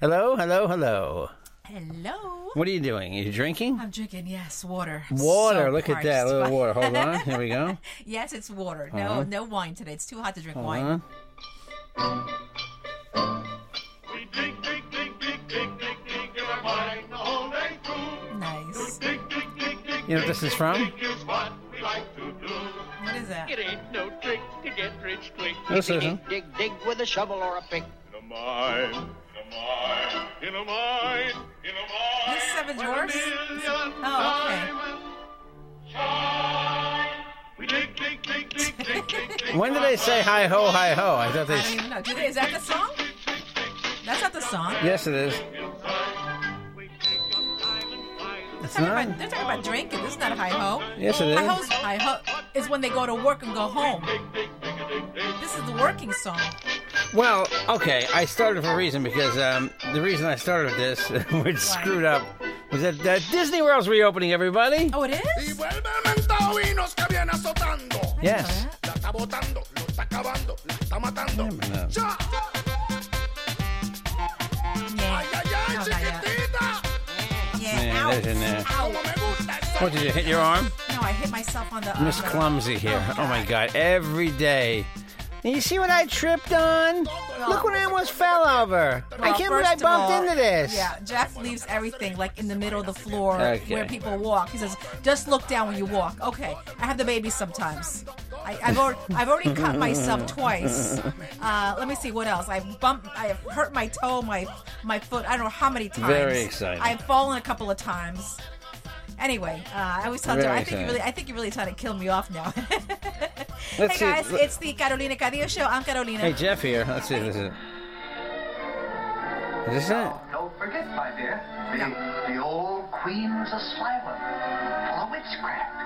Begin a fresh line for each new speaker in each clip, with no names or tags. Hello, hello, hello.
Hello.
What are you doing? Are you drinking?
I'm drinking, yes, water. I'm
Mm. Water.
so
Look at
parched,
that. A little
but-
water. Hold on. Here we go.
yes, it's water. No,
Uh-huh.
no wine today. It's too hot to drink
Hold
wine.
on.
We dig, dig, dig, dig, dig, dig, dig in a mine the whole day through.
Uh-huh.
Nice.
Dig, dig, dig, dig,
You know what this is from?
dig is what we like to do.
What is that?
It ain't no trick to get rich quick.
This isn't.
dig, dig, dig with a shovel or a pick.
In a mine, in a mine, in a mine, in a mine.
This seven's
where the
worse?
million
Oh, okay.
diamonds shine. We dig, dig, dig, dig, dig, dig, dig.
When did they say hi ho, hi ho? I thought they.
I don't even know. Do they, is that the song? That's not the song.
Yes, it is.
We dig up diamond mines.
It's
They're
not.
talking, about, they're talking about drinking. This is not hi ho.
Yes, it
Hi
is.
ho's hi ho is when they go to work and go home. This is the working song.
Well, okay. I started for a reason because um, the reason I started with this, which screwed up, was that, that Disney World's reopening. Everybody.
Oh, it is?
Vuelve el mentado y nos que viene azotando.
yes.
La está botando, lo está acabando, la está matando.
Wait a minute.
¡Ya!
Yeah.
¡Ay, ay, ay,
No, not yet.
chiquitita!
Yeah,
Yeah.
there's in there.
Ow.
¡Cómo
Ow.
me gusta eso!
What did you hit your arm?
No, I hit myself on the.
Miss
on the-
Clumsy here. Oh my God! Every day. You see what I tripped on? Look what I almost fell over. I
Well,
can't believe I
first of
bumped
all,
into this.
Yeah, Jeff leaves everything like in the middle of the floor
Okay.
where people walk. He says, "Just look down when you walk." Okay, I have the baby sometimes. I, I've already, I've already cut myself twice. Uh, let me see what else. I've bumped. I've hurt my toe, my my foot. I don't know how many times.
Very exciting.
I've fallen a couple of times. Anyway, uh, I always tell
Very
Jeff, I think
exciting.
you really, I think you really trying to kill me off now.
Let's
hey guys,
see.
it's the Carolina Cadillo show. I'm Carolina.
Hey Jeff here. Let's see if this is it. Is this it?
Don't forget, my dear, the, the old queen's a sly one, full of witchcraft.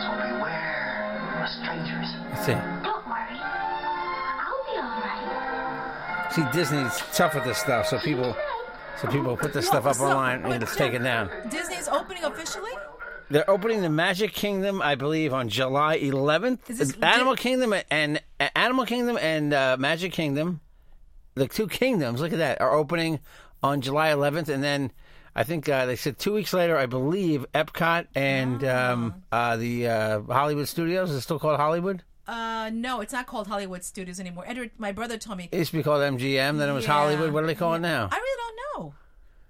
So beware of strangers.
Let's see.
Don't worry. I'll be all right.
See, Disney's tough with this stuff, so people, so people put this stuff up
So-
online
but
and it's
Jeff,
taken down.
Disney's opening officially.
They're opening the Magic Kingdom, I believe, on July 11th.
Is this-
Animal Kingdom and uh, Animal Kingdom and uh, Magic Kingdom, the two kingdoms. Look at that, are opening on July 11th, and then I think uh, they said two weeks later, I believe, Epcot and
Ah.
um, uh, the uh, Hollywood Studios is it still called Hollywood.
Uh, no, it's not called Hollywood Studios anymore. Edward, my brother told me.
It used to be called MGM, then it was
Yeah.
Hollywood. What are they calling now?
I really don't know.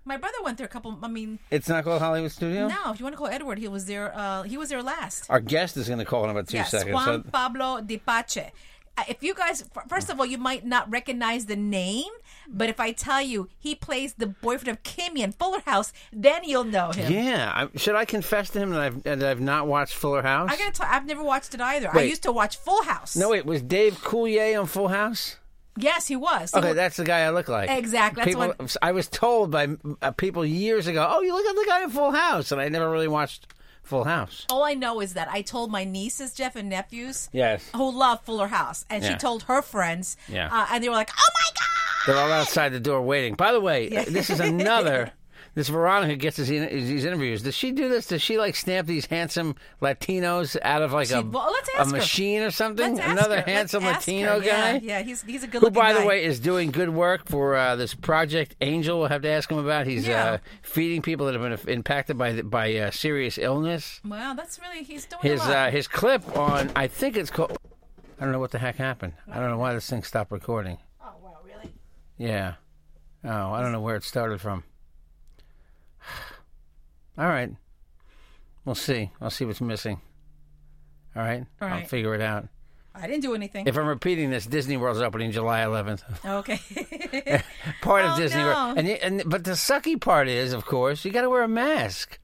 My brother went there a couple. I mean,
It's not called Hollywood Studio.
now if you want to call Edward, he was there. Uh, he was there last.
Our guest is going to call in about two
yes,
seconds.
Juan
so-
Pablo de Pache. Uh, If you guys, f- first of all, you might not recognize the name, but if I tell you he plays the boyfriend of Kimmy in Fuller House, then you'll know him.
Yeah, I, should I confess to him that I've that I've not watched Fuller House?
I gotta tell. I've never watched it either. I
Wait.
used to watch Full House.
no, wait, was Dave Coulier on Full House?
Yes, he was.
Okay, that's the guy I look like.
Exactly, that's
People, I was told by uh, people years ago, "Oh, you look like the guy in Full House," and I never really watched Full House.
all I know is that I told my nieces, Jeff and nephews,
Yes.
who love Fuller House, and
Yeah.
she told her friends,
Yeah.
uh, and they were like, "Oh my god!"
They're all outside the door waiting. By the way, uh, this is another. This Veronica gets these, these interviews. Does she do this? Does she like stamp these handsome Latinos out of like a,
well, let's
a
ask her.
machine or something?
Let's ask
Another
her. Let's
handsome
ask
Latino
her.
guy?
Yeah, yeah, he's he's a good.
who, by the way, is doing good work for uh, this project. Angel, we'll have to ask him about. He's uh,
Yeah.
feeding people that have been impacted by the- by uh, serious illness.
wow, that's really he's doing
His
a lot.
uh, his clip on, I think it's called. I don't know what the heck happened. I don't know why this thing stopped recording.
oh wow, really?
Yeah. Oh, I don't know where it started from. All right. We'll see. I'll see what's missing. All right. I'll
All right.
figure it out.
I didn't do anything.
If I'm repeating this, Disney World's opening July 11th.
okay.
part
Oh,
of Disney
no.
World. And, you- and but the sucky part is, of course, you got to wear a mask.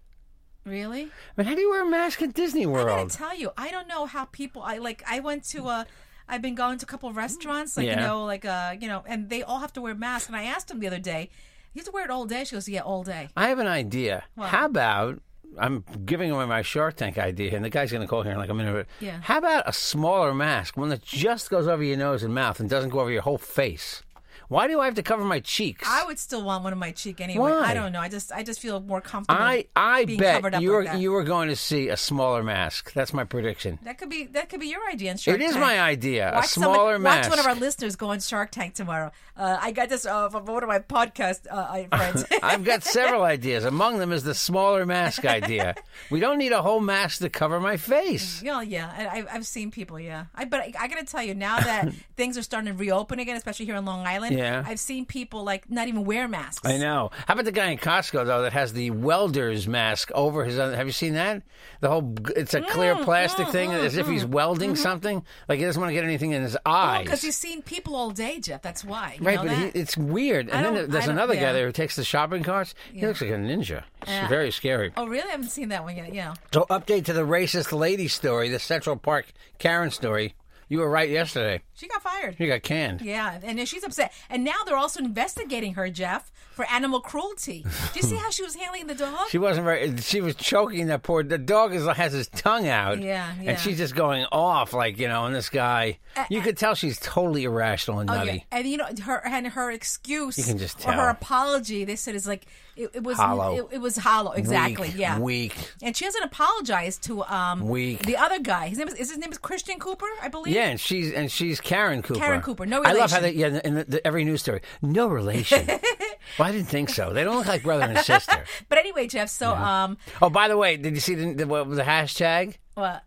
really?
I mean, how do you wear a mask at Disney
I gotta
World?
tell you, I don't know how people. I like. I went to a. I've been going to a couple restaurants, like you
Yeah.
know, like uh, you know, and they all have to wear masks. And I asked them the other day, "You have to wear it all day." She goes, "Yeah, all day."
I have an idea.
What?
How about I'm giving away my Shark Tank idea, and the guy's going to call here in like a minute. But
Yeah.
How about a smaller mask, one that just goes over your nose and mouth and doesn't go over your whole face? Why do I have to cover my cheeks?
I would still want one on my cheek anyway.
Why?
I don't know. I just, I just feel more comfortable.
I I
being covered
bet
up
you
like
are
that.
you are going to see a smaller mask. That's my prediction.
That could be that could be your idea. In Shark
It is
Tank.
my idea. a
Watch someone-
smaller mask.
Watch one of our listeners go on Shark Tank tomorrow. Uh, I got this uh, from one of my podcast uh, uh, friends.
I've got several ideas. Among them is the smaller mask idea. We don't need a whole mask to cover my face.
Yeah, yeah, I, I- I've seen people. Yeah, I but I, I gotta tell you now that things are starting to reopen again, especially here in Long Island.
Yeah.
I've seen people like not even wear masks.
I know. How about the guy in Costco though that has the welder's mask over his? Other, have you seen that? The whole it's a clear
Mm,
plastic thing as if he's welding something. Like he doesn't want to get anything in his eyes.
because Mm-hmm. Oh, he's seen people all day, Jeff. That's why. You
Right,
know
but
that?
he, it's weird.
I
And then
don't-
there- there's
I don't-
another
yeah.
guy there who takes the shopping carts. He looks like a ninja. It's
Yeah.
very scary.
oh, really? I haven't seen that one yet. Yeah.
So, update to the racist lady story, the Central Park Karen story. You were right yesterday.
She got fired.
You got canned.
Yeah, and she's upset. And now they're also investigating her, Jeff, for animal cruelty. Do you see how she was handling the dog?
She wasn't very. She was choking that poor. The dog is, has his tongue out.
Yeah, yeah.
And she's just going off, like you know. And this guy, you could tell she's totally irrational and
Oh,
nutty.
yeah. And you know her and her excuse
You can just
or her
tell.
apology. They said is like it, it was
Hollow.
It, it was hollow. Exactly.
Weak,
yeah.
Weak.
and she hasn't apologized to um
Weak.
the other guy. His name is, is his name is Christian Cooper, I believe.
Yeah, and she's and she's Karen Cooper.
Karen Cooper, no
I love how they
relation.
yeah in the, the, every news story, no relation. well, I didn't think so. They don't look like brother and sister.
But anyway, Jeff. So um,
Oh, by the way, did you see the, the what was the hashtag?
what?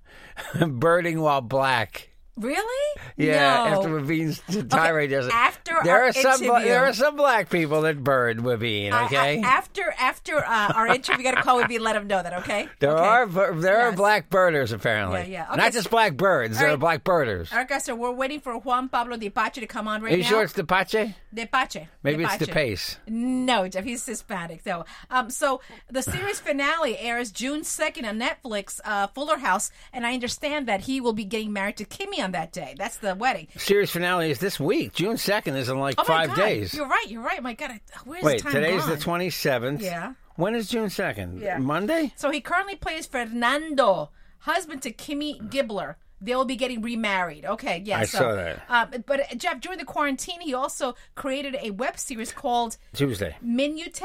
Birding while black.
Really?
Yeah,
No.
after Waveen's tirade does it.
after
there
our
are some bla-
interview-
there are some black people that bird Waveen.
I- I-
Okay,
after after uh, our interview, we got to call with me and let him know that. Okay.
There
Okay.
are bir- there are
Yes.
black birders apparently.
Yeah, yeah. Okay,
Not
so-
just black birds.
All
there are black
right.
birders.
All right, guys. So we're waiting for Juan Pablo Depache to come on right
are you
now.
sure it's Depache?
Depache.
Maybe it's
Depache.
DePace.
No, Jeff, he's Hispanic. So, um, so the series finale airs June second on Netflix, uh, Fuller House, and I understand that he will be getting married to Kimmy on that day. That's the wedding.
Series finale is this week. June second is in like
Oh
five
my God.
days.
You're right. You're right. My God, I- where's
Wait,
time
today's
gone?
the twenty seventh.
Yeah.
When is June second?
Yeah.
Monday.
So he currently plays Fernando, husband to Kimmy Gibbler. They will be getting remarried. Okay, yeah.
I
so,
saw that.
Um, but uh, Jeff, during the quarantine, he also created a web series called
Tuesday.
Minute.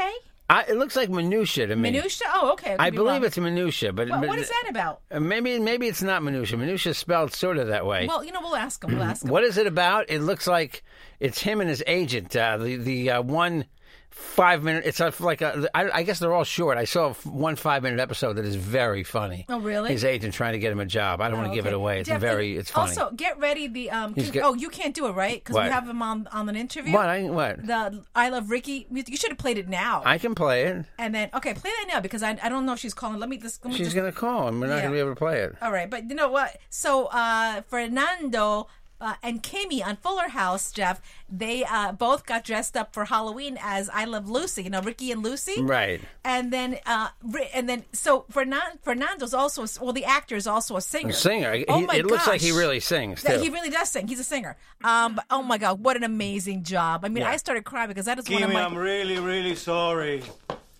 I, it looks like minutia to me.
Minutia. Oh, okay. could
I
be
believe
wrong.
it's minutia, but
Well,
but-
what is that about?
uh, Maybe maybe it's not minutia. Minutia is spelled sort of that way.
Well, you know, we'll ask him. We'll ask him.
Mm-hmm. What is it about? It looks like it's him and his agent. Uh, the the uh, one five minute. It's uh, like a, I, I guess they're all short. I saw f- one five minute episode that is very funny.
Oh, really? Oh,
His agent trying to get him a job. I don't want to give it
Okay.
away. It's
Jeff,
very.
and
It's funny.
Also, get ready. The um.
He's
can-
got-
oh, you can't do it, right? Because we
What?
have him on on an interview.
what? I, what?
the I Love Ricky music. You should have played it now.
I can play it.
and then okay, play that now because I, I don't know if she's calling. Let me just. Let me
She's
just
gonna call, and we're not
Yeah.
gonna be able to play it.
All right, but you know what? So uh, Fernando uh, and Kimmy on Fuller House, Jeff, they uh, both got dressed up for Halloween as I Love Lucy. You know, Ricky and Lucy,
Right.
And then, uh, Ri- and then, so Fernan- Fernando's also a s well, the actor is also a singer.
Singer. He-
Oh my
it looks like he
gosh.
really sings too.
That he really does sing. He's a singer. Um, but, oh my god, what an amazing job! I mean, I started crying because that is one of my.
really, really sorry.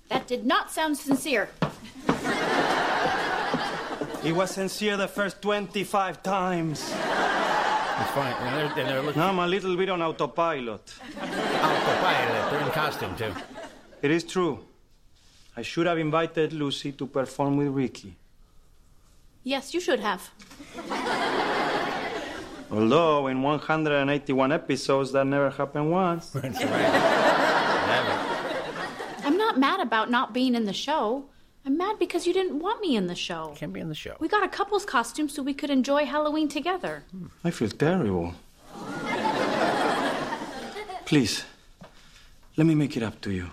That did not sound sincere.
He was sincere the first 25 times.
It's fine. And they're, and they're looking
Now I'm a little bit on autopilot.
out for fire. They're in costume too.
It is true. I should have invited Lucy to perform with Ricky.
Yes, you should have.
Although, in 181 episodes, that never happened once.
I'm not mad about not being in the show. I'm mad because you didn't want me in the show.
Can't be in the show.
We got a couple's costume so we could enjoy Halloween together.
I feel terrible. Please, Let me make it up to you.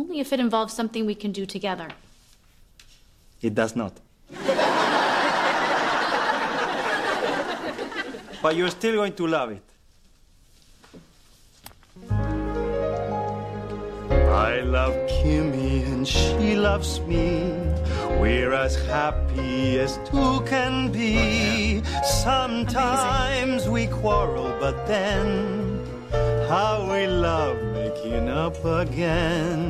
Only if it involves something we can do together.
It does not. but you're still going to love it.
I love Kimmy and she loves me. We're as happy as two can be.
Sometimes we quarrel, but then how we love making up again.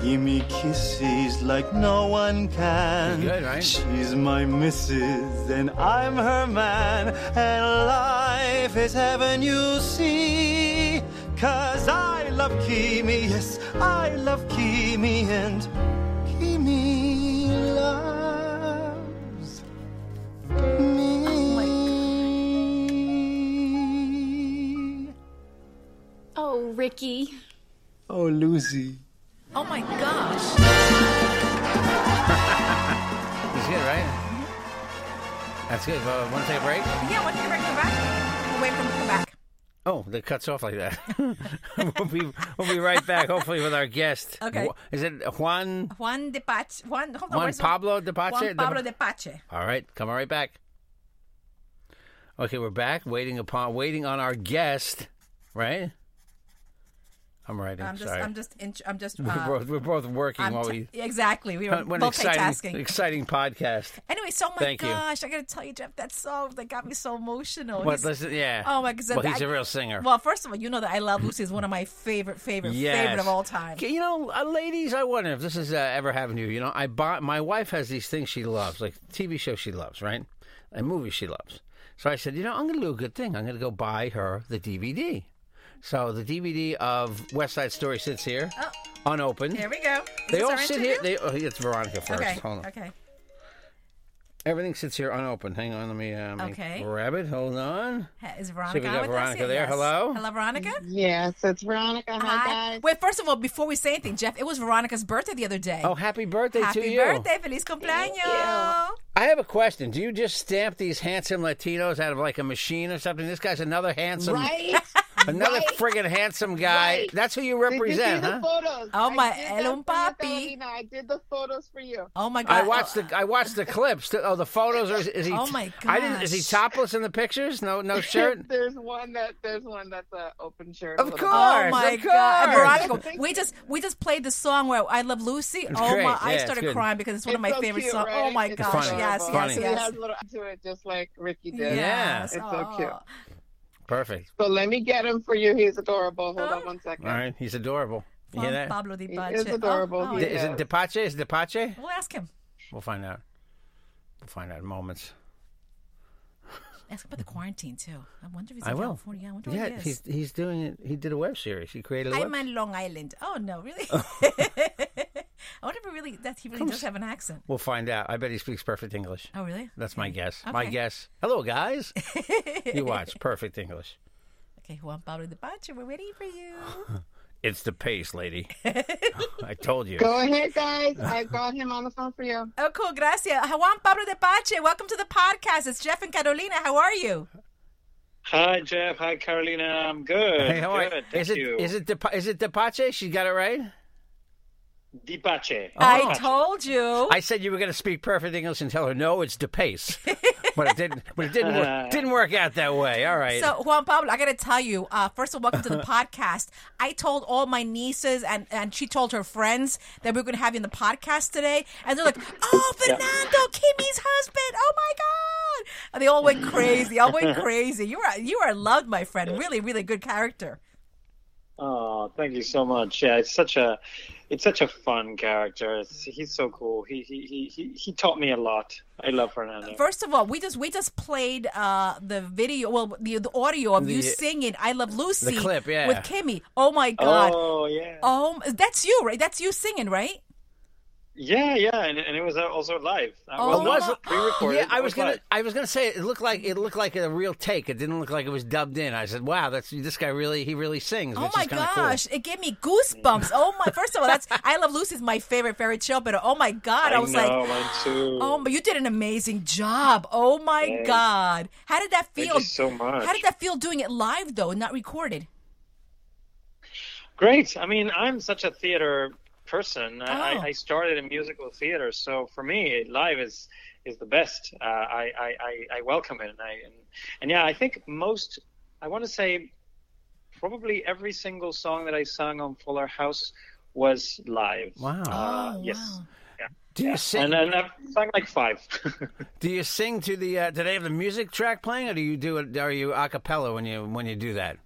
Kimmy kisses like no one can.
Good, right?
She's my missus and I'm her man. And life is heaven, you see. Cause I love Kimmy, yes, I love Kimmy and Kimmy loves me.
Oh, Ricky.
Oh, Lucy.
Oh my gosh.
He's good, right?
Mm-hmm.
That's good. Uh, want to take a break?
yeah, what did you bring me back? Away from the back.
Oh, that cuts off like that. we'll, be, we'll be right back, hopefully, with our guest.
Okay.
Wh- Is it Juan?
Juan de Pache. Juan, hold on,
Juan
where's-
Pablo de Pache?
Juan
De-
Pablo de Pache.
All right, come right back. Okay, we're back, waiting upon, waiting on our guest, right? I'm writing.
I'm just,
sorry.
I'm just, in, I'm just.
we're,
uh,
both, we're both working
I'm
while
t-
we.
exactly. We were
what an
multitasking.
exciting, exciting podcast.
Anyway, so oh my
Thank you.
gosh, I gotta tell you, Jeff, that song that got me so emotional.
What,
He's-
listen, yeah.
Oh my god.
Well, he's
a
a real singer.
Well, first of all, you know that I Love Lucy is one of my favorite, favorite,
Yes.
favorite of all time.
Okay, You know, uh, ladies, I wonder if this has uh, ever happened to you. You know, I bought my wife has these things she loves, like TV shows she loves, right, and movies she loves. So I said, you know, I'm going to do a good thing. I'm going to go buy her the DVD. So the DVD of West Side Story sits here,
Oh.
unopened.
Here we go. Is
They
this
all
our
sit
interview?
here. They, oh, it's Veronica first.
Okay.
Hold on.
Okay.
Everything sits here unopened. Hang on, let me, uh, let me
Okay.
grab it. Hold on.
Ha- Is
See
Veronica
if we
on
got
with us?
Veronica
yet?
there.
Yes.
Hello?
Hello, Veronica.
Yes, it's Veronica. Hi, guys.
Wait, first of all, before we say anything, Jeff, it was Veronica's birthday the other day.
Oh, happy birthday
happy
to you.
birthday! Feliz cumpleaños!
I have a question. Do you just stamp these handsome Latinos out of like a machine or something? This guy's another handsome,
Right?
another friggin' handsome guy.
Right.
That's who you
Did you see
represent,
the
huh?
photos?
Oh,
I
my
did that
El
for you,
Papi.
Carolina. I did the photos for you.
Oh my
I watched the I watched the clips. Oh, the photos. Or is, is he?
Oh, my
I didn't. Is he
gosh.
topless in the pictures? No, no shirt.
there's one that there's one that's an open shirt.
Of
with a-
course.
Oh my
of
god,
course.
And Veronica! We just we just played the song where I love Lucy.
It's
oh
great.
my! I
Yeah, it's
started
good.
crying because it's one of my
It's so
favorite
cute,
songs.
right?
Oh my
It's
gosh!
funny.
Yes,
It's
yes,
funny.
It
yes.
has a little to it, just like Ricky did.
Yeah.
it's so cute.
Perfect.
So let me get him for you. He's adorable. Hold on one second.
All right, he's adorable. You hear that?
Pablo de
He
Pache.
is adorable.
Oh, oh.
Di- Is it Depache? Is it Depache?
We'll ask him.
We'll find out. We'll find out in moments.
Ask him about the quarantine too. I wonder if he's in
I will.
California. I wonder
yeah,
where he
he's
is.
he's doing it. He did a web series. He created a web.
I'm on Long Island. Oh no, really? I wonder if he really that he really does have an accent.
We'll find out. I bet he speaks perfect English.
Oh really?
That's my guess. My
Okay.
guess. Hello, guys. you watch perfect English.
Okay, Juan Pablo de Pache, we're waiting for you.
It's the pace, lady. I told you.
Go ahead, guys. I got him on the phone for you.
Oh, cool. Gracias. Juan Pablo de Pache, welcome to the podcast. It's Jeff and Carolina. How are you?
Oh.
Hi, Jeff. Hi, Carolina. I'm good.
Hey, how are
good. Thank
Is it
you.
is it Depa- is it Depache? She got it right.
Dipache?
I told you.
I said you were going to speak perfect English and tell her no, it's Depace. but it didn't. But it didn't work. Didn't work out that way. All right.
So, Juan Pablo, I got to tell you, uh, first of all, welcome to the podcast. I told all my nieces and, and she told her friends that we are going to have you in the podcast today. And they're like, oh, Fernando, Kimmy's husband. Oh, my God. And they all went crazy. all went crazy. You are, you are loved, my friend. Really, really good character.
Oh, thank you so much. Yeah, it's such a, it's such a fun character. It's, he's so cool. He he, he he he taught me a lot. I love Fernando.
First of all, we just we just played uh, the video, well, the, the audio of you
The-
singing "I Love Lucy"
clip, yeah.
with Kimmy. Oh my god!
Oh yeah.
Oh, that's you, right? That's you singing, right?
Yeah, yeah, and, and it was also live. That
Oh,
wasn't
it was-
pre-recorded.
yeah, I
It
was gonna.
live.
I was gonna say it looked like it looked like a real take. It didn't look like it was dubbed in. I said, "Wow, that's this guy really. He really sings."
Oh
which
my
is kinda
gosh! It gave me goosebumps. Oh my! First of all, that's "I Love Lucy" is my favorite favorite show, but oh my god, I, was
know,
like,
mine too.
oh, but you did an amazing job. Oh my
Thanks.
god! How did that
Thank
feel?
you so much.
How did that feel doing it live though, and not recorded?
Great. I mean, I'm such a theater person. I,
Oh.
I, I started in musical theater, so for me, live is is the best. Uh, I, I, I I welcome it, and I and, and yeah, I think most. I want to say, probably every single song that I sung on Fuller House was live.
Wow.
Uh, yes. Yeah.
Do you
Yeah.
sing-
And then I've sung like five.
Do you sing to the? Uh, do they have the music track playing, or do you do it? Are you a cappella when you when you do that?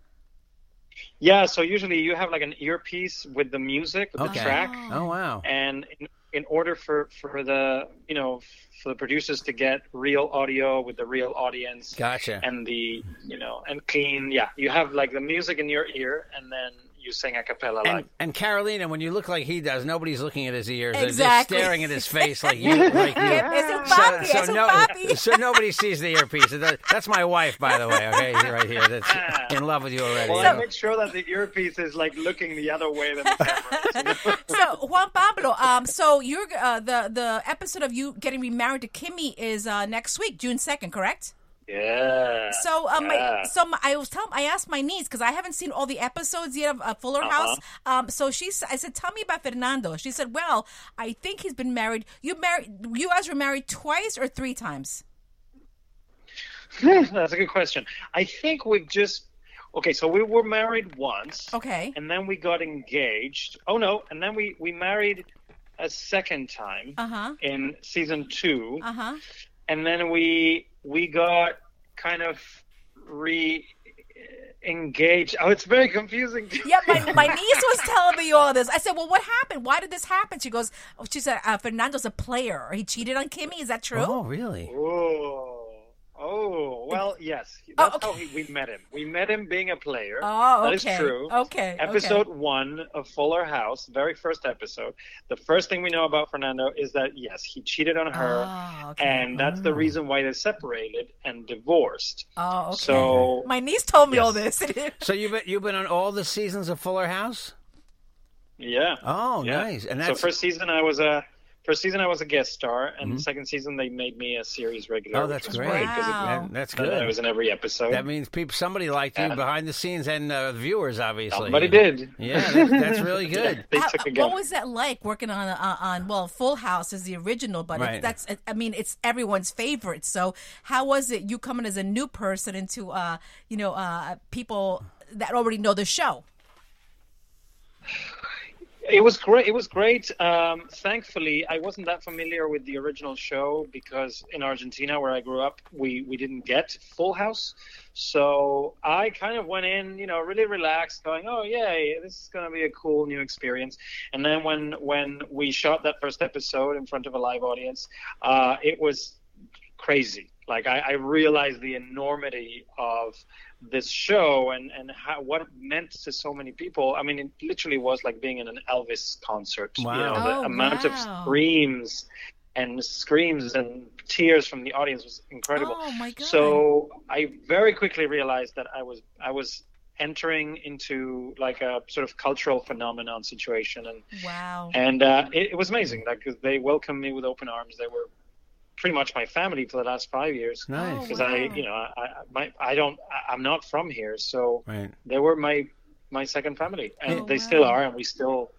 Yeah, so usually you have like an earpiece with the music, with
Okay.
the track.
Oh wow.
And in, in order for for the you know for the producers to get real audio with the real audience,
Gotcha.
and the you know and clean, yeah, you have like the music in your ear, and then you sing a cappella
And,
live.
and Carolina, when you look like he does, nobody's looking at his ears.
Exactly.
They're just staring at his face like you. Like you.
Yeah, it's a
so,
puppy,
so
it's a
no-
puppy.
so nobody sees the earpiece. It does- That's my wife, by the way. Okay, right here. That's in love with you already. you
Well,
know.
make sure that the earpiece is like looking the other way than the camera.
so Juan Pablo, um, so you're uh, the the episode of you getting remarried to Kimmy is uh, next week, June second, correct?
Yeah.
So um,
yeah.
I, so my, I was telling I asked my niece because I haven't seen all the episodes yet of uh, Fuller
Uh-huh.
House. Um, so she s- I said, tell me about Fernando. She said, well, I think he's been married. You married you guys were married twice or three times.
That's a good question. I think we've just okay. So we were married once.
Okay.
And then we got engaged. Oh no! And then we we married a second time
Uh huh.
in season two,
Uh huh.
and then we we got kind of re engaged. Oh, it's very confusing.
Yeah, my, my niece was telling me all this. I said, "Well, what happened? Why did this happen?" She goes, oh, "She said uh, Fernando's a player. He cheated on Kimmy. Is that true?"
Oh, really?
Oh, oh. Well, yes. That's how he, we met him. We met him being a player.
Oh,
That
okay.
is true.
Okay,
Episode
okay.
one of Fuller House, very first episode. The first thing we know about Fernando is that yes, he cheated on her,
Ah,
and that's the reason why they separated and divorced.
Oh, okay.
So-
my niece told me all
Yes.
this.
So you've been, you've been on all the seasons of Fuller House.
Yeah.
Oh,
Yeah.
nice. And
so
that's Mm-hmm.
first season I was a. First season I was a guest star, and second season they made me a series regular.
Oh,
which
that's
was
great.
great 'cause it-
That- that's
and
good.
I was in every episode.
That means people, somebody liked you
Yeah.
behind the scenes and uh, viewers, obviously.
Somebody did.
Yeah, that, that's really good.
they took a go.
What was that like working on uh, on well, Full House is the original, but
Right.
it, that's I mean it's everyone's favorite. So how was it you coming as a new person into uh you know uh people that already know the show?
It was great. It was great. Um, thankfully, I wasn't that familiar with the original show because in Argentina, where I grew up, we we didn't get Full House. So I kind of went in, you know, really relaxed, going, "Oh yeah, this is going to be a cool new experience." And then when when we shot that first episode in front of a live audience, uh, it was crazy. Like I, I realized the enormity of this show and and how, what it meant to so many people. I mean, it literally was like being in an Elvis concert.
Wow.
You know, the
Oh,
amount of
wow.
screams and screams and tears from the audience was incredible.
Oh, my God.
So I very quickly realized that I was I was entering into like a sort of cultural phenomenon situation and
Wow.
and uh, it, it was amazing like 'cause they welcomed me with open arms they were pretty much my family for the last five years
Nice.
because
Oh,
i
wow.
you know i I- my, i don't I, i'm not from here so
Right.
they were my my second family and
Oh,
they
wow.
still are and we still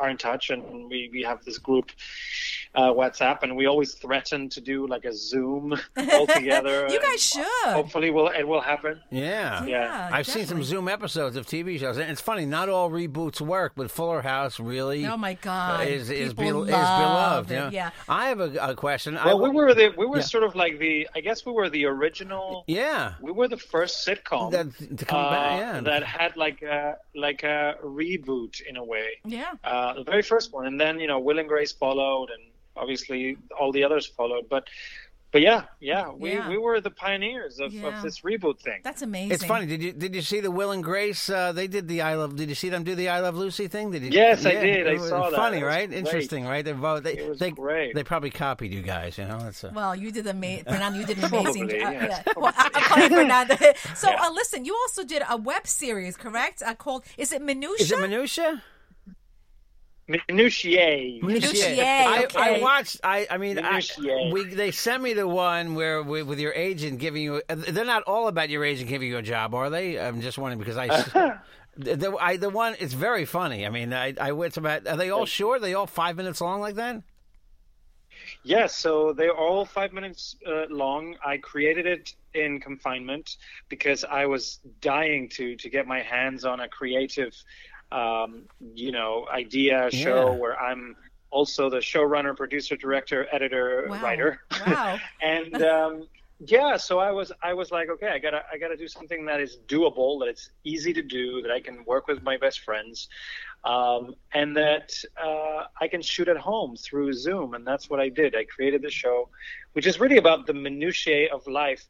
are in touch and we, we have this group uh, whatsapp and we always threaten to do like a zoom all together
You guys
and
should.
hopefully will it will happen
Yeah.
uh, oh, Yeah,
I've seen some Zoom episodes of TV shows, and it's funny. Not all reboots work, but Fuller House really.
Oh my God.
Is is,
People
be- is
love
beloved.
it,
yeah.
yeah.
I have a, a question. I,
well we were the we were
Yeah.
sort of like the i guess we were the original
Yeah.
We were the first sitcom
That- to come back, yeah.
Uh, that had like a like a reboot in a way.
Yeah.
Uh, the very first one, and then you know Will and Grace followed, and obviously all the others followed. But but yeah, yeah, we,
Yeah.
we were the pioneers of,
Yeah.
of this reboot thing.
That's amazing.
It's funny. Did you did you see the Will and Grace? Uh, they did the I love. Did you see them do the I love Lucy thing? Did you?
Yes, I
Yeah,
did. I
it was
saw that.
Funny,
It was
right?
great.
Interesting, right? They both. They,
It was
they,
great.
They probably copied you guys. You know. That's a,
Well, you did amazing, Fernando. You did an amazing
Probably,
job.
yes.
Yeah. Well, I- I'll call you Fernando. So,
Yeah.
uh, listen, you also did a web series, correct? Uh, called Is it Minutia?
Is it Minutia?
Minutiae.
Minutiae,
I, I
okay.
watched. I, I mean, I,
Minutiae.
we, they sent me the one where with, with your agent giving you. They're not all about your agent giving you a job, are they? I'm just wondering because I. The, the- I, the one it's very funny. I mean, I, I went to about. Are they all short? Are they all five minutes long like that?
Yeah, so they're all five minutes uh, long. I created it in confinement because I was dying to to get my hands on a creative, um, you know, idea show
Yeah.
where I'm also the showrunner, producer, director, editor, writer.
Wow.
and um, yeah, so I was I was like, okay, I gotta I gotta do something that is doable, that it's easy to do, that I can work with my best friends, um, and that uh, I can shoot at home through Zoom, and that's what I did. I created the show, which is really about the minutiae of life,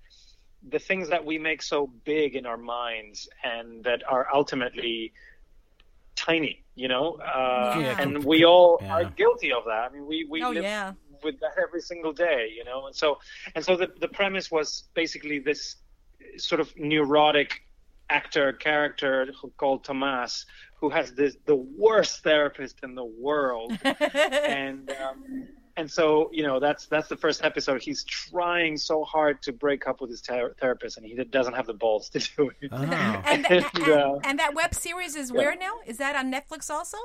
the things that we make so big in our minds, and that are ultimately tiny, you know, uh,
Yeah.
and we all
Yeah.
are guilty of that. I mean, we we
Oh,
live
yeah.
with that every single day, you know, and so and so the the premise was basically this sort of neurotic actor character who- called Tomas who has this the worst therapist in the world, and um, and so you know that's that's the first episode. He's trying so hard to break up with his ther- therapist, and he doesn't have the balls to do it.
Ah. Uh-huh.
And,
And, uh,
and that web series is
Yeah.
where now? Is that on Netflix also?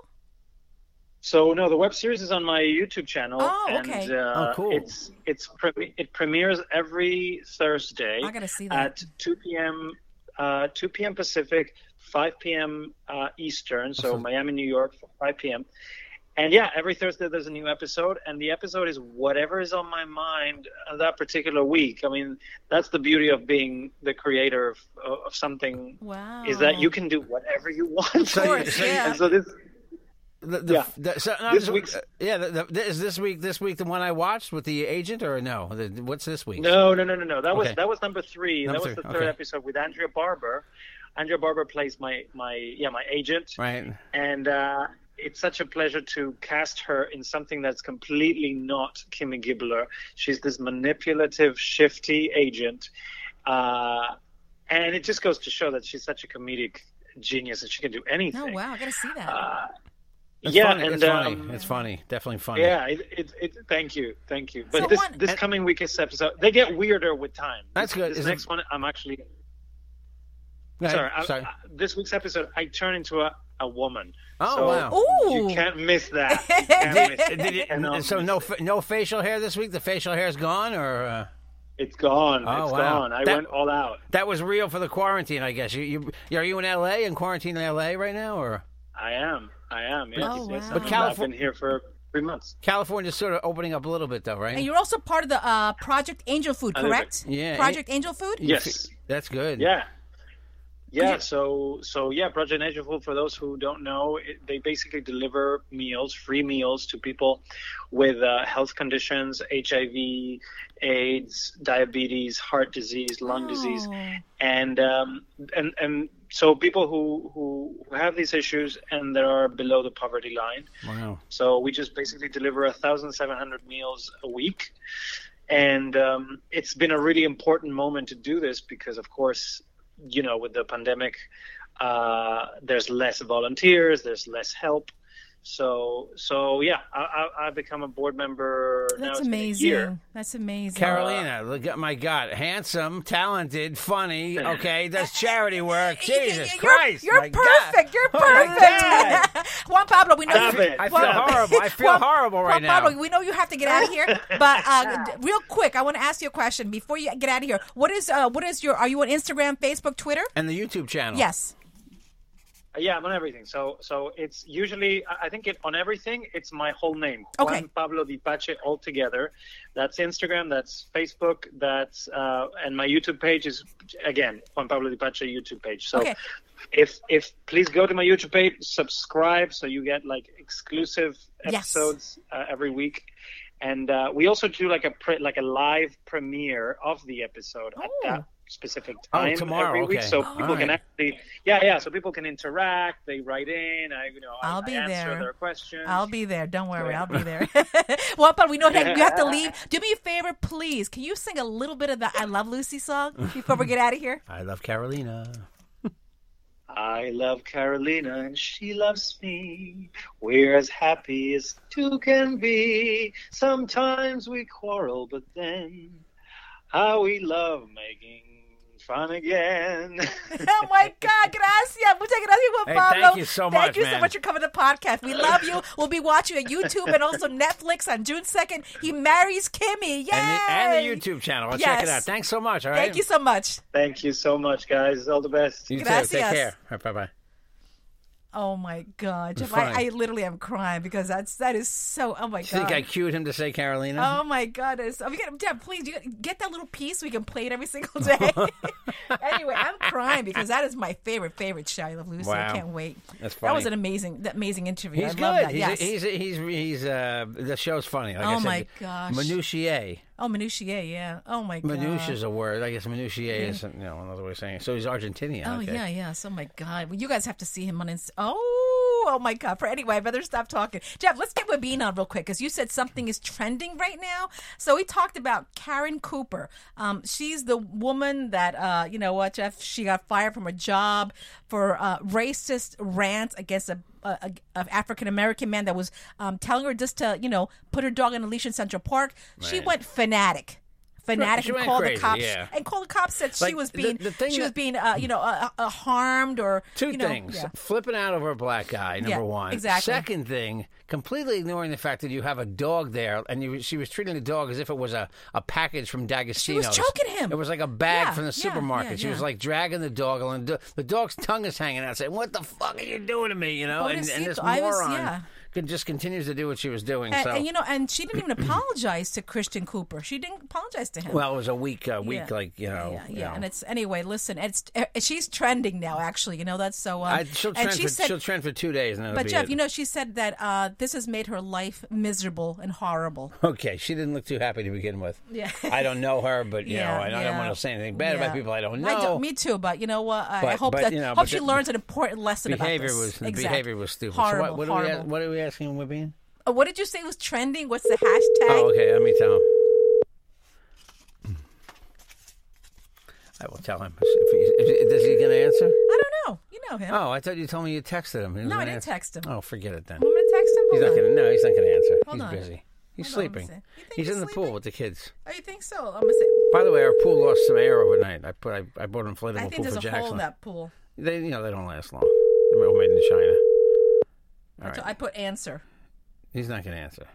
So no, the web series is on my YouTube channel.
Oh,
and,
okay.
uh,
Oh, cool.
It's it's premi- it premieres every Thursday.
I gotta see that.
at 2 p.m. Uh, 2 p.m. Pacific, 5 p.m. Uh, Eastern.
Uh-huh.
So Miami, New York, 5 p.m. And yeah, every Thursday there's a new episode, and the episode is whatever is on my mind uh, that particular week. I mean, that's the beauty of being the creator of, of something.
Wow.
Is that you can do whatever you want.
So you- so you-
And so this
The, the,
Yeah.
the- so, no,
This
so-
week's-
uh, yeah. The, the, is this week this week the one I watched with the agent or no? The, what's this week?
No, no, no, no, no. That
Okay.
was that was number three.
Number
that was
three,
the third
okay.
episode with Andrea Barber. Andrea Barber plays my my yeah my agent,
Right.
and uh, it's such a pleasure to cast her in something that's completely not Kimmy Gibbler. She's this manipulative, shifty agent, uh, and it just goes to show that she's such a comedic genius and she can do anything.
Oh, wow. I got to see that.
Uh,
It's
yeah,
funny.
and
it's funny.
um,
it's funny. Definitely funny.
yeah, it, it, it, thank you, thank you. But
So
this
one-
this
and-
coming week is episode. They get weirder with time.
That's
This-
good.
This
Is it-
next one, I'm actually
Go ahead.
sorry. I,
Sorry.
I- this week's episode, I turn into a, a woman.
Oh,
so
wow.
You can't miss that. You can't
Did-
miss it.
did you-
And, um,
so no fa- no facial hair this week. The facial hair is gone, or uh...
it's gone.
Oh,
it's
wow.
gone. I
That-
went all out.
that was real for the quarantine, I guess. You, you are you in L.A. in quarantine in L.A. right now, or
I am. I am. Yes,
Oh,
yes,
wow.
I'm-
But Calif-
I've been here for three months.
California's sort of opening up a little bit, though, right?
And you're also part of the uh, Project Angel Food,
A little bit.
correct?
Yeah.
Project Angel Food?
That's good.
Yeah. Yeah, so so yeah, Project Nature Food. For those who don't know, it, they basically deliver meals, free meals, to people with uh, health conditions, HIV, AIDS, diabetes, heart disease,
Oh.
lung disease, and um, and and so people who who who have these issues and they are below the poverty line.
Wow.
So we just basically deliver 1,700 meals a week. And um, it's been a really important moment to do this because, of course, you know, with the pandemic, uh, there's less volunteers, there's less help. So, so yeah, I, I, I've become a board member. now
That's
it's been a
amazing.
year.
That's amazing. Uh,
Carolina, look at my God, handsome, talented, funny. Okay, does charity work? Jesus Christ!
You're
my Oh
perfect. You're perfect. Juan Pablo, we know
Stop
you.
it. I feel
Juan-
horrible. I feel
Juan-
horrible right
Juan Pablo,
now.
we know you have to get out of here, but uh, d- real quick, I want to ask you a question before you get out of here. What is uh, what is your? Are you on Instagram, Facebook, Twitter?
And the YouTube channel.
Yes.
Yeah, I'm on everything. So, so it's usually I I think it on everything. It's my whole name,
Okay.
Juan Pablo Di Pace, all together. That's Instagram. That's Facebook. That's uh, and my YouTube page is again Juan Pablo Di Pace YouTube page. So,
Okay.
if if please go to my YouTube page, subscribe so you get like exclusive
Yes.
episodes uh, every week. And uh, we also do like a pre- like a live premiere of the episode at that specific
Oh,
time
tomorrow,
every week,
okay.
so
Oh.
people can
Alright.
actually yeah yeah so people can interact. They write in. I you know I-
I'll
I
be
answer
there.
their questions.
I'll be there. Don't worry, I'll be there. Juan Pablo, we know that you have to leave. Do me a favor, please. Can you sing a little bit of the "I Love Lucy" song before we get out of here?
I love Carolina.
I love Carolina and she loves me. We're as happy as two can be. Sometimes we quarrel, but then how we love making fun again.
oh my God, gracias. Muchas gracias, Juan
Hey,
Pablo.
thank you so
Thank
much,
you so
man.
much for coming to the podcast. We love you. We'll be watching on YouTube and also Netflix on June 2nd. He marries Kimmy. Yay!
And the, and the YouTube channel. I'll check
Yes.
it out. Thanks so much. All right.
Thank you so much.
Thank you so much, guys. All the best.
You too. Take
Gracias.
care. All right, bye bye.
Oh my God.
You're
Jeff, I,
fine.
I literally am crying because that's that is so. Oh my
You
God.
think I cued him to say Carolina?
Oh my God! It's, oh, we gotta, Deb, please you, get that little piece so we can play it every single day. anyway, I'm crying because that is my favorite favorite show. I love Lucy. I
Wow.
can't wait.
That's
That was
funny.
an amazing that amazing interview.
He's
I
good.
love that.
He's,
yes.
he's he's he's uh the show's funny. Like I
Oh,
said,
my gosh.
minutiae.
oh, minutiae. Yeah. Oh my God.
Minutia is a word. I guess minutiae is you know another way of saying it. So he's Argentinian.
Oh
okay.
yeah, yeah. So my God, well, you guys have to see him on Insta. Oh, oh my God. For anyway, I better stop talking. Jeff, let's get Wabine on real quick because you said something is trending right now. So we talked about Karen Cooper. Um, she's the woman that uh, you know what, Jeff? She got fired from her job for uh, racist rants against a. A, a African American man that was um, telling her just to, you know, put her dog on a leash in Central Park. She
Right.
went fanatic, fanatic,
she
and
went
called
crazy,
the cops.
yeah.
And called the cops that she
Like,
was
the-
being,
the thing
she was
that-
being, uh, you know, uh, uh, harmed or
Two
you know,
things:
yeah.
flipping out over a black guy, number
Yeah,
one.
exactly.
Second thing: completely ignoring the fact that you have a dog there, and you, she was treating the dog as if it was a, a package from D'Agostino's. She
was choking him.
It was like a bag
Yeah,
from the
yeah,
supermarket.
yeah,
She was
yeah.
like dragging the dog along. The, the dog's tongue is hanging out, saying, "What the fuck are you doing to me?" You know, and, and this
Pobrecito, I
moron
was- yeah.
can- just continues to do what she was doing.
And,
so,
and, you know, and she didn't even apologize to Christian Cooper. She didn't apologize to him.
well, it was a week, uh, week
Yeah.
like you know,
yeah,
you
yeah.
know.
and it's anyway. Listen, it's uh, she's trending now. Actually, you know that's so. Um,
I, she'll,
and
trend
she
for,
said,
she'll trend for two days, and that'll
but
be
Jeff,
it.
you know, she said that uh, this has made her life miserable and horrible.
Okay, she didn't look too happy to begin with.
Yeah.
I don't know her, but you
Yeah,
know, I don't,
yeah.
want to say anything bad
Yeah.
about people I don't know.
I don't, me too, but you know what? I, I
But-
hope
but,
that
you know,
hope
but
she
the-
learns an important lesson
behavior
about this.
was the
Exactly.
behavior was stupid.
Horrible,
so what, what, Are we,
horrible.
a- what are we asking Wibine?
Uh, what did you say was trending? What's the hashtag?
Oh, okay. Let me tell him. I will tell him. If he, if, is he going to answer?
I don't know. You know him.
Oh, I thought you told me you texted him. He
No,
doesn't
I didn't
answer.
text him.
Oh, forget it then.
I'm gonna text him.
He's
Hold
not
on.
going to. No, he's not going to answer.
Hold
he's
on.
busy. He's
Hold on, let me
sleeping.
see. You think
he's
he's
in the pool with the kids.
Oh, you think so? I'm gonna say.
By the way, our pool lost some air overnight. I put I, I bought an inflatable
I think
pool
there's
for
a
Jackson.
hole in that pool.
They, you know, they don't last long. They're all made in China. All
So
right,
I put answer.
he's not going to answer.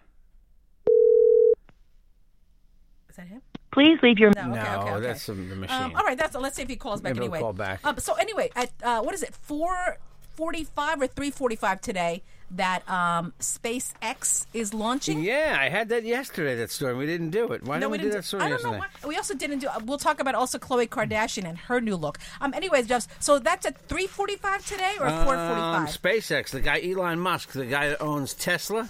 Is that him?
Please leave your
No, okay, okay, okay.
that's the, the machine.
Um, all right, that's all. Let's see if he calls back
Maybe he'll
anyway.
call back.
Um, so anyway, at uh, what is it, four forty-five or three forty-five today? That um, SpaceX is launching.
Yeah, I had that yesterday. That story we didn't do it. Why
no,
didn't we, do that story
I don't
yesterday?
know why. We also didn't do. uh, We'll talk about also Khloe Kardashian and her new look. Um. Anyways, Jeff. So that's at three forty-five today or four
Um,
forty-five.
SpaceX, the guy Elon Musk, the guy that owns Tesla.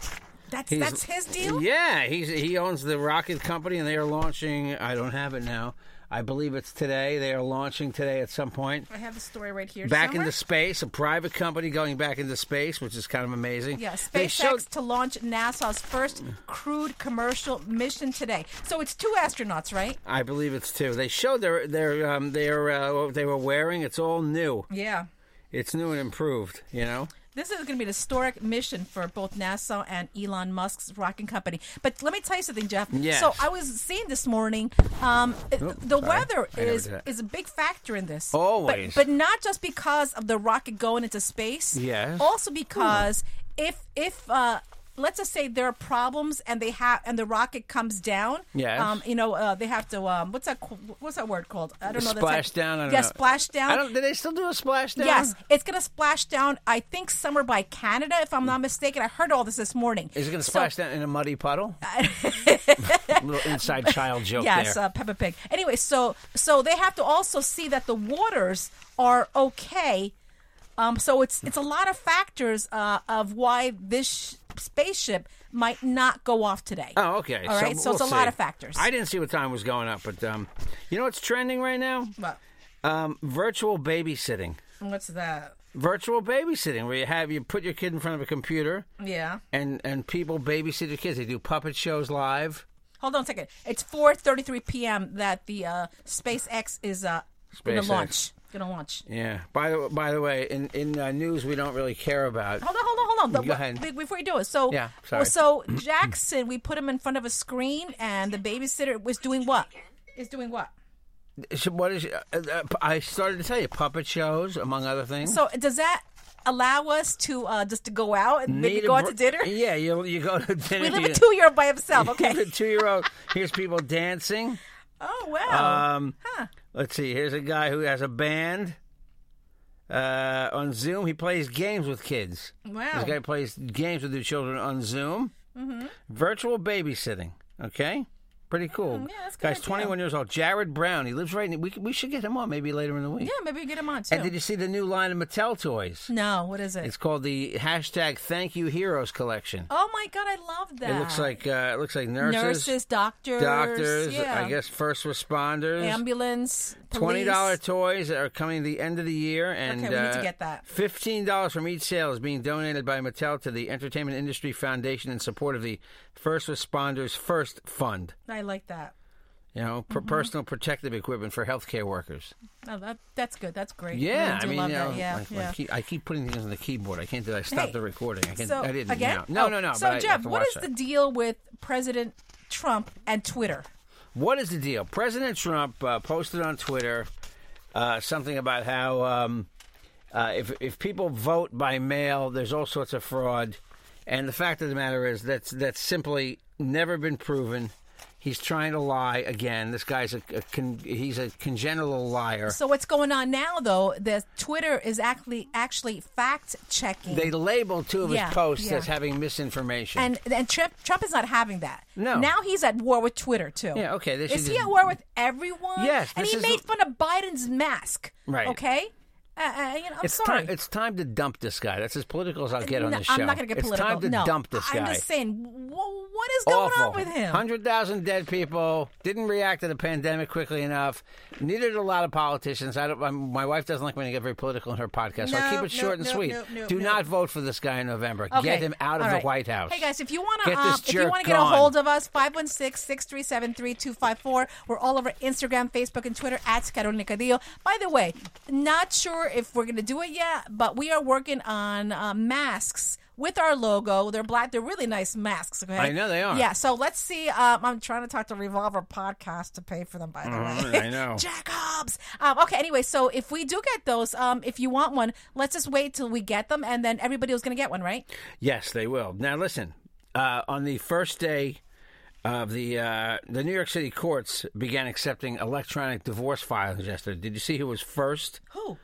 That's
He's-
that's his deal.
Yeah, he's he owns the rocket company, and they are launching. I don't have it now. I believe it's today. They are launching today at some point.
I have the story right here.
Back
somewhere.
into space, a private company going back into space, which is kind of amazing.
Yeah,
They
SpaceX
showed-
to launch NASA's first crewed commercial mission today. So it's two astronauts, right?
I believe it's two. They showed their their um their uh, what they were wearing. It's all new.
Yeah.
It's new and improved. You know.
This is going to be a historic mission for both NASA and Elon Musk's rocket company. But let me tell you something, Jeff.
Yes.
So I was seeing this morning, um, it-
Oop,
the
sorry.
weather
I never
is
did that. Oh,
is a big factor in this.
Always.
But, but not just because of the rocket going into space.
Yes. Hmm.
Also because if if uh, let's just say there are problems and they have and the rocket comes down.
Yes.
Um, you know uh, they have to um, what's that qu- what's that word called? I don't know. that's like-
Splashdown, I don't
yeah,
know.
splashdown.
I don't- do they still do a splashdown?
Yes, it's going to splash down. I think somewhere by Canada, if I'm not mistaken. I heard all this this morning.
Is it going to
So-
splash down in a muddy puddle? little inside child joke
yes,
there.
uh, Peppa Pig. Anyway, so so they have to also see that the waters are okay. Um, so it's it's a lot of factors uh, of why this sh- spaceship might not go off today.
Oh, okay.
All right, so,
we'll
it's a lot
see.
of factors.
I didn't see what time was going up, but um, you know what's trending right now?
What?
Um, virtual babysitting.
What's that?
Virtual babysitting, where you have you put your kid in front of a computer,
Yeah.
and and people babysit your kids. They do puppet shows live.
Hold on a second. It's 4:33 p.m. that the uh, SpaceX is uh, going
SpaceX.
to launch. Going to launch.
Yeah. By the by the way, in in uh, news we don't really care about.
Hold on, hold on, hold on. The-
Go ahead.
be- Before you do it, so
Yeah,
well,
sorry.
so Jackson, we put him in front of a screen, and the babysitter was doing what? Is doing what?
So what is? uh, uh, I started to tell you puppet shows, among other things.
So does that allow us to uh, just to go out and maybe
Need a
go out
br-
to dinner?
Yeah, you you go to dinner.
We live
you-
a two-year-old by himself.
you
Okay.
live a two-year-old. Here's people dancing.
Oh wow.
Um, Let's see. Here's a guy who has a band uh, on Zoom. He plays games with kids.
Wow.
This guy plays games with the children on Zoom.
Mhm.
Virtual babysitting. Okay. Pretty cool.
Oh, yeah, that's a good
Guy's
idea.
21 years old. Jared Brown. He lives right. In, we c- we should get him on maybe later in the week.
yeah, maybe we get him on too.
And did you see the new line of Mattel toys?
no, what is it?
It's called the hashtag Thank You Heroes collection.
oh my god, I love that.
It looks like uh, it looks like nurses,
Nurses, doctors,
doctors.
yeah.
I guess first responders.
ambulance,
Twenty
police.
dollar toys that are coming at the end of the year, and
Okay, we need to
uh,
get that.
Fifteen dollars from each sale is being donated by Mattel to the Entertainment Industry Foundation in support of the First Responders First Fund.
I like that.
You know,
Mm-hmm.
per- personal protective equipment for healthcare workers.
Oh, that that's good. That's great.
Yeah,
I, really do
I mean,
love
you know,
that. Yeah,
like- like
yeah.
keep- I keep putting things on the keyboard. I can't do that. I stopped
Hey,
the recording. I, can,
so
I didn't.
again,
No,
Oh,
no, no.
So
but I- I have
Jeff,
to
what
watch
is
that.
the deal with President Trump and Twitter?
What is the deal? President Trump uh, posted on Twitter uh, something about how um, uh, if if people vote by mail, there's all sorts of fraud, and the fact of the matter is that's that's simply never been proven. He's trying to lie again. This guy's a, a con, he's a congenital liar.
So what's going on now, though? The Twitter is actually actually fact checking.
they labeled two of
Yeah,
his posts
yeah.
as having misinformation.
and and Trump, Trump is not having that.
No.
Now he's at war with Twitter too.
Yeah, okay, they
Is
should
he
just-
at war with everyone?
Yes,
And
this
he
is
made
the-
fun of Biden's mask.
Right.
Okay. Uh, uh, you know, I'm
it's
sorry.
time. It's time to dump this guy. That's as political as I'll get on
No,
this show.
I'm not going to get
it's
political.
time to
no,
dump this guy.
I'm just saying, wh- what is going on with him?
Hundred thousand dead people. Didn't react to the pandemic quickly enough. Neither did a lot of politicians. I don't. I'm, my wife doesn't like when I get very political in her podcast, so I
No,
keep it
no,
short and
no,
sweet.
no, no,
Do
no.
not vote for this guy in November. Get him out of
All
the
right.
White House.
Hey guys, if you want to
Get this
um, if you
jerk
want to get a
gone.
hold of us 516-637-3254. We're all over Instagram, Facebook and Twitter at Carolina Cadillo. By the way, not sure if we're going to do it yet, but we are working on uh, masks with our logo. They're black. They're really nice masks, okay?
I know they are.
Yeah, so let's see um, I'm trying to talk to Revolver podcast to pay for them by the
Mm,
way.
I know.
Jacobs. Um, okay, anyway, so if we do get those, um, if you want one, let's just wait till we get them and then everybody was going to get one, right?
Yes, they will. Now listen. Uh, on the first day of the uh, the New York City courts began accepting electronic divorce filings yesterday. Did you see who was first?
Who?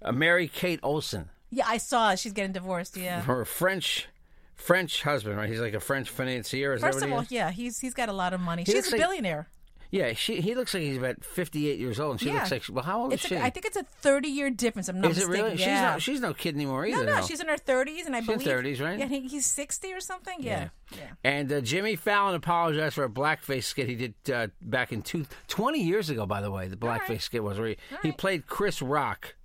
Uh, Mary Kate Olsen.
Yeah, I saw she's getting divorced. Yeah.
her French French husband, right? He's like a French financier. Is
First
that
of
what
all,
he is?
yeah, he's he's got a lot of money.
He
she's
looks
a
like-
billionaire.
Yeah, she, he looks like he's about fifty-eight years old, and she
yeah.
looks like. Well, how old
it's
is she?
a, I think it's a thirty-year difference. I'm not
Oh, is it
mistaken.
really? She's
Yeah.
not. She's no kid anymore
no,
either.
no,
though.
she's in her thirties, and I
She's in
believe
30s, right?
Yeah, I think he's sixty or something. Yeah.
And uh, Jimmy Fallon apologized for a blackface skit he did uh, back in two, 20 years ago. By the way, the blackface skit was where he, he played Chris Rock,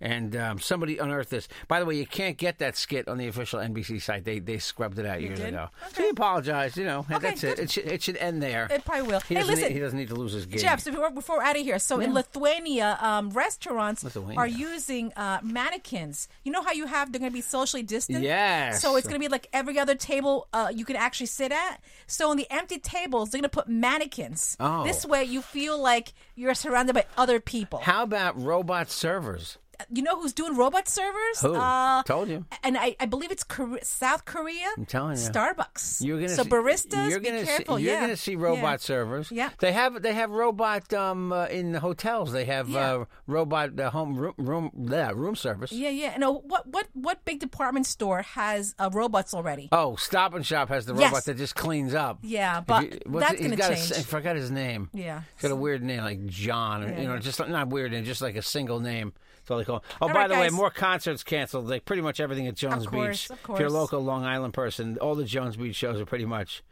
and um, somebody unearthed this. By the way, you can't get that skit on the official NBC site. They they scrubbed it out years
did?
ago. So he apologized. You know, and
Okay,
that's it. It should, it should end there.
It probably will.
He
Hey,
doesn't
listen.
need, he doesn't need to lose his gig.
Jeff, so before, before we're out of here, so in
Yeah.
Lithuania, um, restaurants
Lithuania.
are using uh, mannequins. You know how you have they're going to be socially distant.
Yes.
So it's going to be like every other table uh, you can actually sit at. So on the empty tables, they're going to put mannequins.
Oh.
This way, you feel like you're surrounded by other people.
How about robot servers?
You know who's doing robot servers?
Who?
Uh,
Told you.
and I, I believe it's Kore- South Korea.
I'm telling you.
Starbucks.
You're gonna
so
see,
baristas.
You're
be
gonna
careful.
see. You're
yeah.
gonna see robot
Yeah.
servers.
Yeah.
They have they have robot um uh, in the hotels. They have uh, robot uh, home room room yeah, room service.
Yeah, yeah. And uh, what what what big department store has uh, robots already?
Oh, Stop and Shop has the
Yes.
robot that just cleans up.
Yeah,
If
but
you- what's it-
that's
he's
going to
got a
change.
s- I forgot his name.
Yeah.
He's got a weird name like John, or,
Yeah,
you know,
yeah.
just not weird and just like a single name. That's all they call. Him. Oh,
All
by
right,
the way,
guys.
more concerts canceled. Like pretty much everything at Jones
course,
Beach.
of
If you're a
course.
local Long Island person, all the Jones Beach shows are pretty much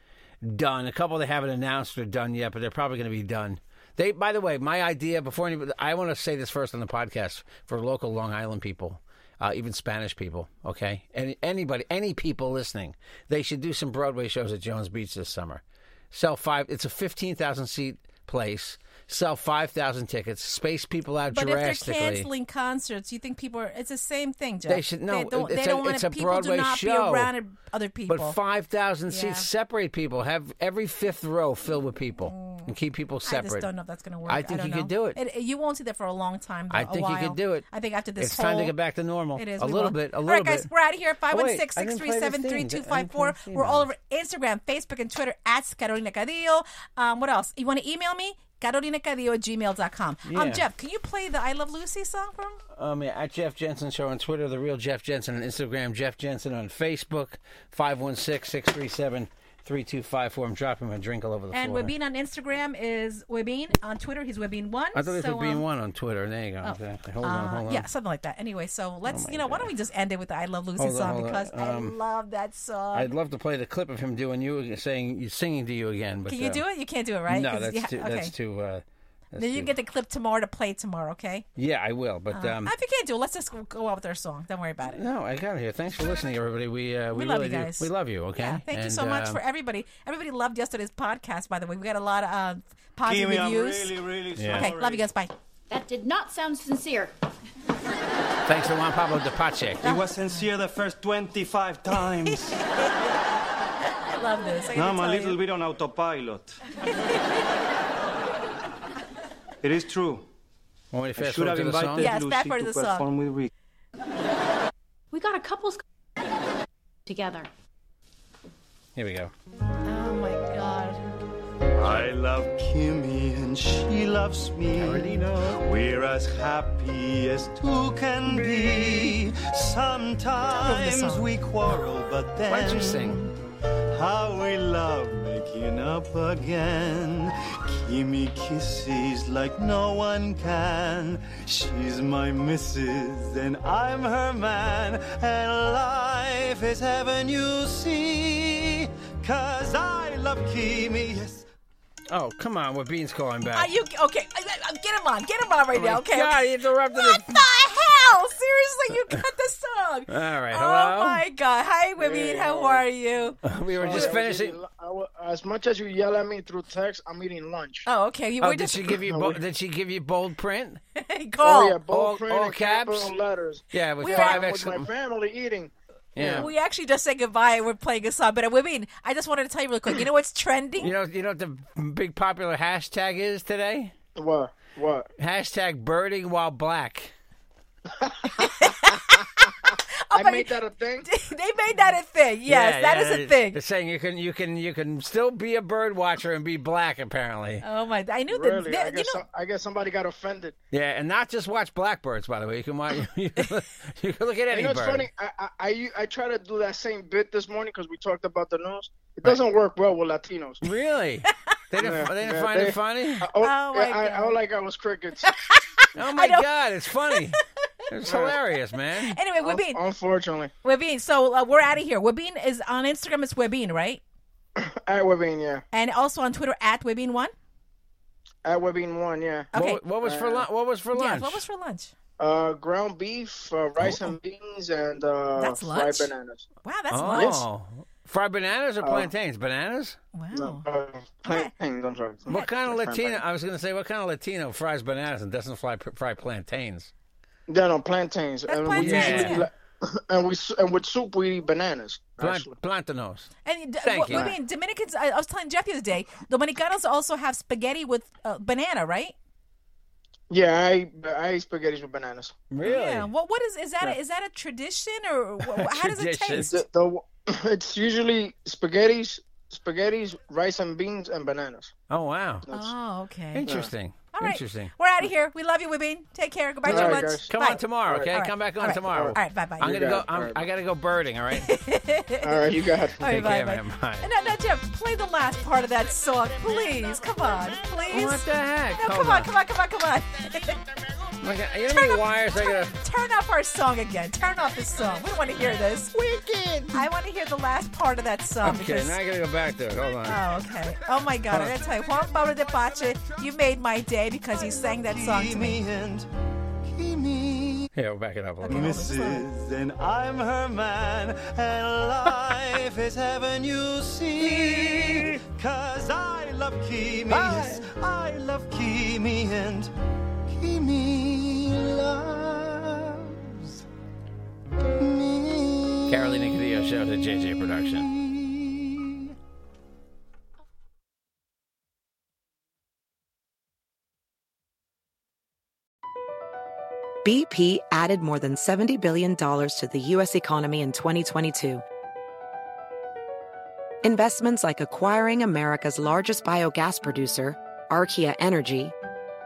done. A couple they haven't announced are done yet, but they're probably going to be done. They, by the way, my idea before anybody, I want to say this first on the podcast for local Long Island people. Uh, even Spanish people, okay? Any, anybody, any people listening, they should do some Broadway shows at Jones Beach this summer sell five. It's a fifteen thousand seat place. Sell five thousand tickets. Space people out
But if they're
drastically.
canceling concerts, you think people are? It's the same thing, Jeff.
They should- no,
They don't,
it's
they
a-
don't want
it's a
people
Broadway
do not
show.
be around other people.
but five thousand
Yeah.
seats separate people. Have every fifth row filled with people. and keep people separate.
I just don't know if that's going to work.
I think
don't
you
know.
could do it.
You won't see that for a long time. Though,
I
a
think you
while.
could do it.
I think after this,
it's time to
whole-
get back to normal.
It is.
a
we
little
will.
bit. A
All
little
right, guys,
bit.
we're out of here.
Oh, wait,
516
I didn't play this thing.
637
I didn't
3254.
play
We're
that.
all over Instagram, Facebook, and Twitter at Carolina Cadillo. Um, what else? You want to email me? CarolinaCadillo at gmail.com.
Yeah.
Um, Jeff, can you play the I Love Lucy song for him?
Um, yeah, at Jeff Jensen Show on Twitter, The Real Jeff Jensen on Instagram, Jeff Jensen on Facebook, 516 637 3254. I'm dropping my drink all over the
And
floor.
Webin on Instagram is Webin. On Twitter, he's Webin1.
I thought this
so,
was being
um,
one on Twitter. There you go. Exactly. Hold on,
Uh,
hold on.
Yeah, something like that. Anyway, so let's,
Oh my
you know, why don't we just end it with the I Love Lucy
Hold on,
song
hold on.
because I
Um,
love that song.
I'd love to play the clip of him doing you saying singing to you again. But
Can you
uh,
do it? You can't do it, right?
No,
'Cause
that's
you ha-
too.
okay.
That's too. Uh, that's
Then you
too-
get the clip tomorrow to play tomorrow, okay?
Yeah, I will. But
Uh,
um,
if you can't do it, let's just go out with our song. Don't worry about it.
no, I got it here. Thanks for listening, everybody. We uh,
We
we,
love
really
you guys.
do. We love you. Okay.
Yeah, thank you
And,
so much
uh,
for everybody. Everybody loved yesterday's podcast, by the way. We got a lot of uh, positive
Kimmy, I'm
reviews.
really, really
Yeah.
Okay,
sorry.
love you guys. Bye.
That did not sound sincere.
Thanks to Juan Pablo Depache.
It was sincere the first 25 times.
I love this.
now
I gotta
I'm a
tell
little
you.
bit on autopilot. it is true.
Want me to
I
fast
should
forward
have
to the song?
invited
Yes,
Lucy
fast forward
to
to the
perform
song.
with Rick.
We got a couple's together.
Here we go.
Oh my god.
I love Kimmy and she loves me. We're as happy as two can be. Sometimes we quarrel, but then
Why'd you
Um,
sing?
how we love making up again. Kimmy kisses like no one can. She's my missus and I'm her man. And life is heaven, you see. Cause I love Kimmy, yes.
Oh, come on. We're Bean's calling back.
Are Ah, you okay? I- I- I- Get him on. Get him on right
Oh my
now. Okay.
God, he interrupted
What
me.
the hell? Seriously, you got the song.
All right.
Oh
Hello.
my god. Hi, Webin.
Hey,
How are you?
we Oh, were just finishing.
As much as you yell at me through text, I'm eating lunch.
Oh, okay. You
Oh,
were
did
just
she give you? Bo- did she give you bold print?
call.
Oh, yeah, bold
All-
print
all
and
caps?
capital letters.
Yeah, with
Yeah,
five
I'm with my
exclamation.
family eating.
Yeah.
We actually just said goodbye. and We're playing a song, but uh, Webin, I just wanted to tell you really quick. You know what's trending?
You know, you know what the big popular hashtag is today?
What? What?
Hashtag birding while black.
Oh,
I made that a thing.
they made that a thing. Yes, that is a thing.
They're saying you can, you can, you can still be a bird watcher and be black, apparently.
Oh my! I knew that.
Really?
that-
I,
you
guess some- I guess somebody got offended.
Yeah, and not just watch blackbirds. By the way, you can watch. You, can look at any
you know, it's
bird.
funny. I, I I u- I try to do that same bit this morning because we talked about the news. It doesn't work well with Latinos.
Really? They didn't,
Yeah,
they didn't
yeah,
find
they-
it funny.
I- oh,
Oh, my
I, I,
God.
all I got was crickets.
Oh my god, it's funny. It's hilarious, man.
Anyway, Webin,
Unfortunately,
Webin. So uh, we're out of here. Webin is on Instagram. It's Webin, right?
at Webin, yeah,
And also on Twitter at Webin One.
at Webin one, yeah.
Okay.
What, what was for lunch? What was for
Yeah.
lunch?
What was for lunch?
Uh, ground beef, uh, rice and beans, and uh,
That's
fried
lunch?
bananas.
Wow, that's
oh.
lunch.
Fried bananas or
Oh.
plantains? Bananas?
Wow.
Uh, plantains, I'm sorry.
What kind of
Fried
Latino?
bananas.
I was going to say, what kind of Latino fries bananas and doesn't fly, fry plantains?
Yeah, no plantains.
That's
and
plantains,
We, and we s- and with soup we eat bananas.
Plant,
actually.
plantanos.
And uh,
Thank you.
Webin, Dominicans. I, I was telling Jeff the other day. Dominicanos also have spaghetti with uh, banana, right?
Yeah, I I eat spaghetti with bananas.
Really?
Yeah. What? What is? Is that? A,
Yeah.
is that a tradition or wh- wh- how does it
Tradition.
taste?
The, the- it's usually spaghetti's, spaghetti's, rice and beans, and bananas.
Oh wow,
Oh, okay.
interesting,
All right.
interesting.
We're out of here. We love you, Webin. Take care. Goodbye to
All
your
right,
lunch.
guys.
Come
Bye.
on tomorrow,
All right.
okay?
All right.
Come back on
All right.
tomorrow.
All right. Bye. Bye.
I'm
You
gonna go.
got it.
I'm,
All right,
I gotta go birding. All right.
All right, you got.
All right,
Take
bye,
care,
bye.
man. Bye.
And now, now, Jeff, play the last part of that song, please. Come on, please.
What the heck?
No,
Hold
come on, come on, come on, come on.
Look at- You know how many wires I
turn,
gotta?
turn off our song again. Turn off this song. We don't want to hear this. Wicked. I want to hear the last part of that
Okay,
song. Oh, because-
now I gotta go back to it. Hold on.
Oh, okay. Oh my God! I gotta tell you, Juan Pablo de Pache, you made my day because you sang that song to me.
Kimmy and Kimmy.
Here, we'll back it up a little.
Mrs. and I'm her man, and life is heaven you see. Cause I love Kimi, yes, I love Kimi, and Kimi loves me.
Carolina Cadillo Show to JJ Production.
BP added more than $70 billion to the U.S. economy in 2022. Investments like acquiring America's largest biogas producer, Archaea Energy,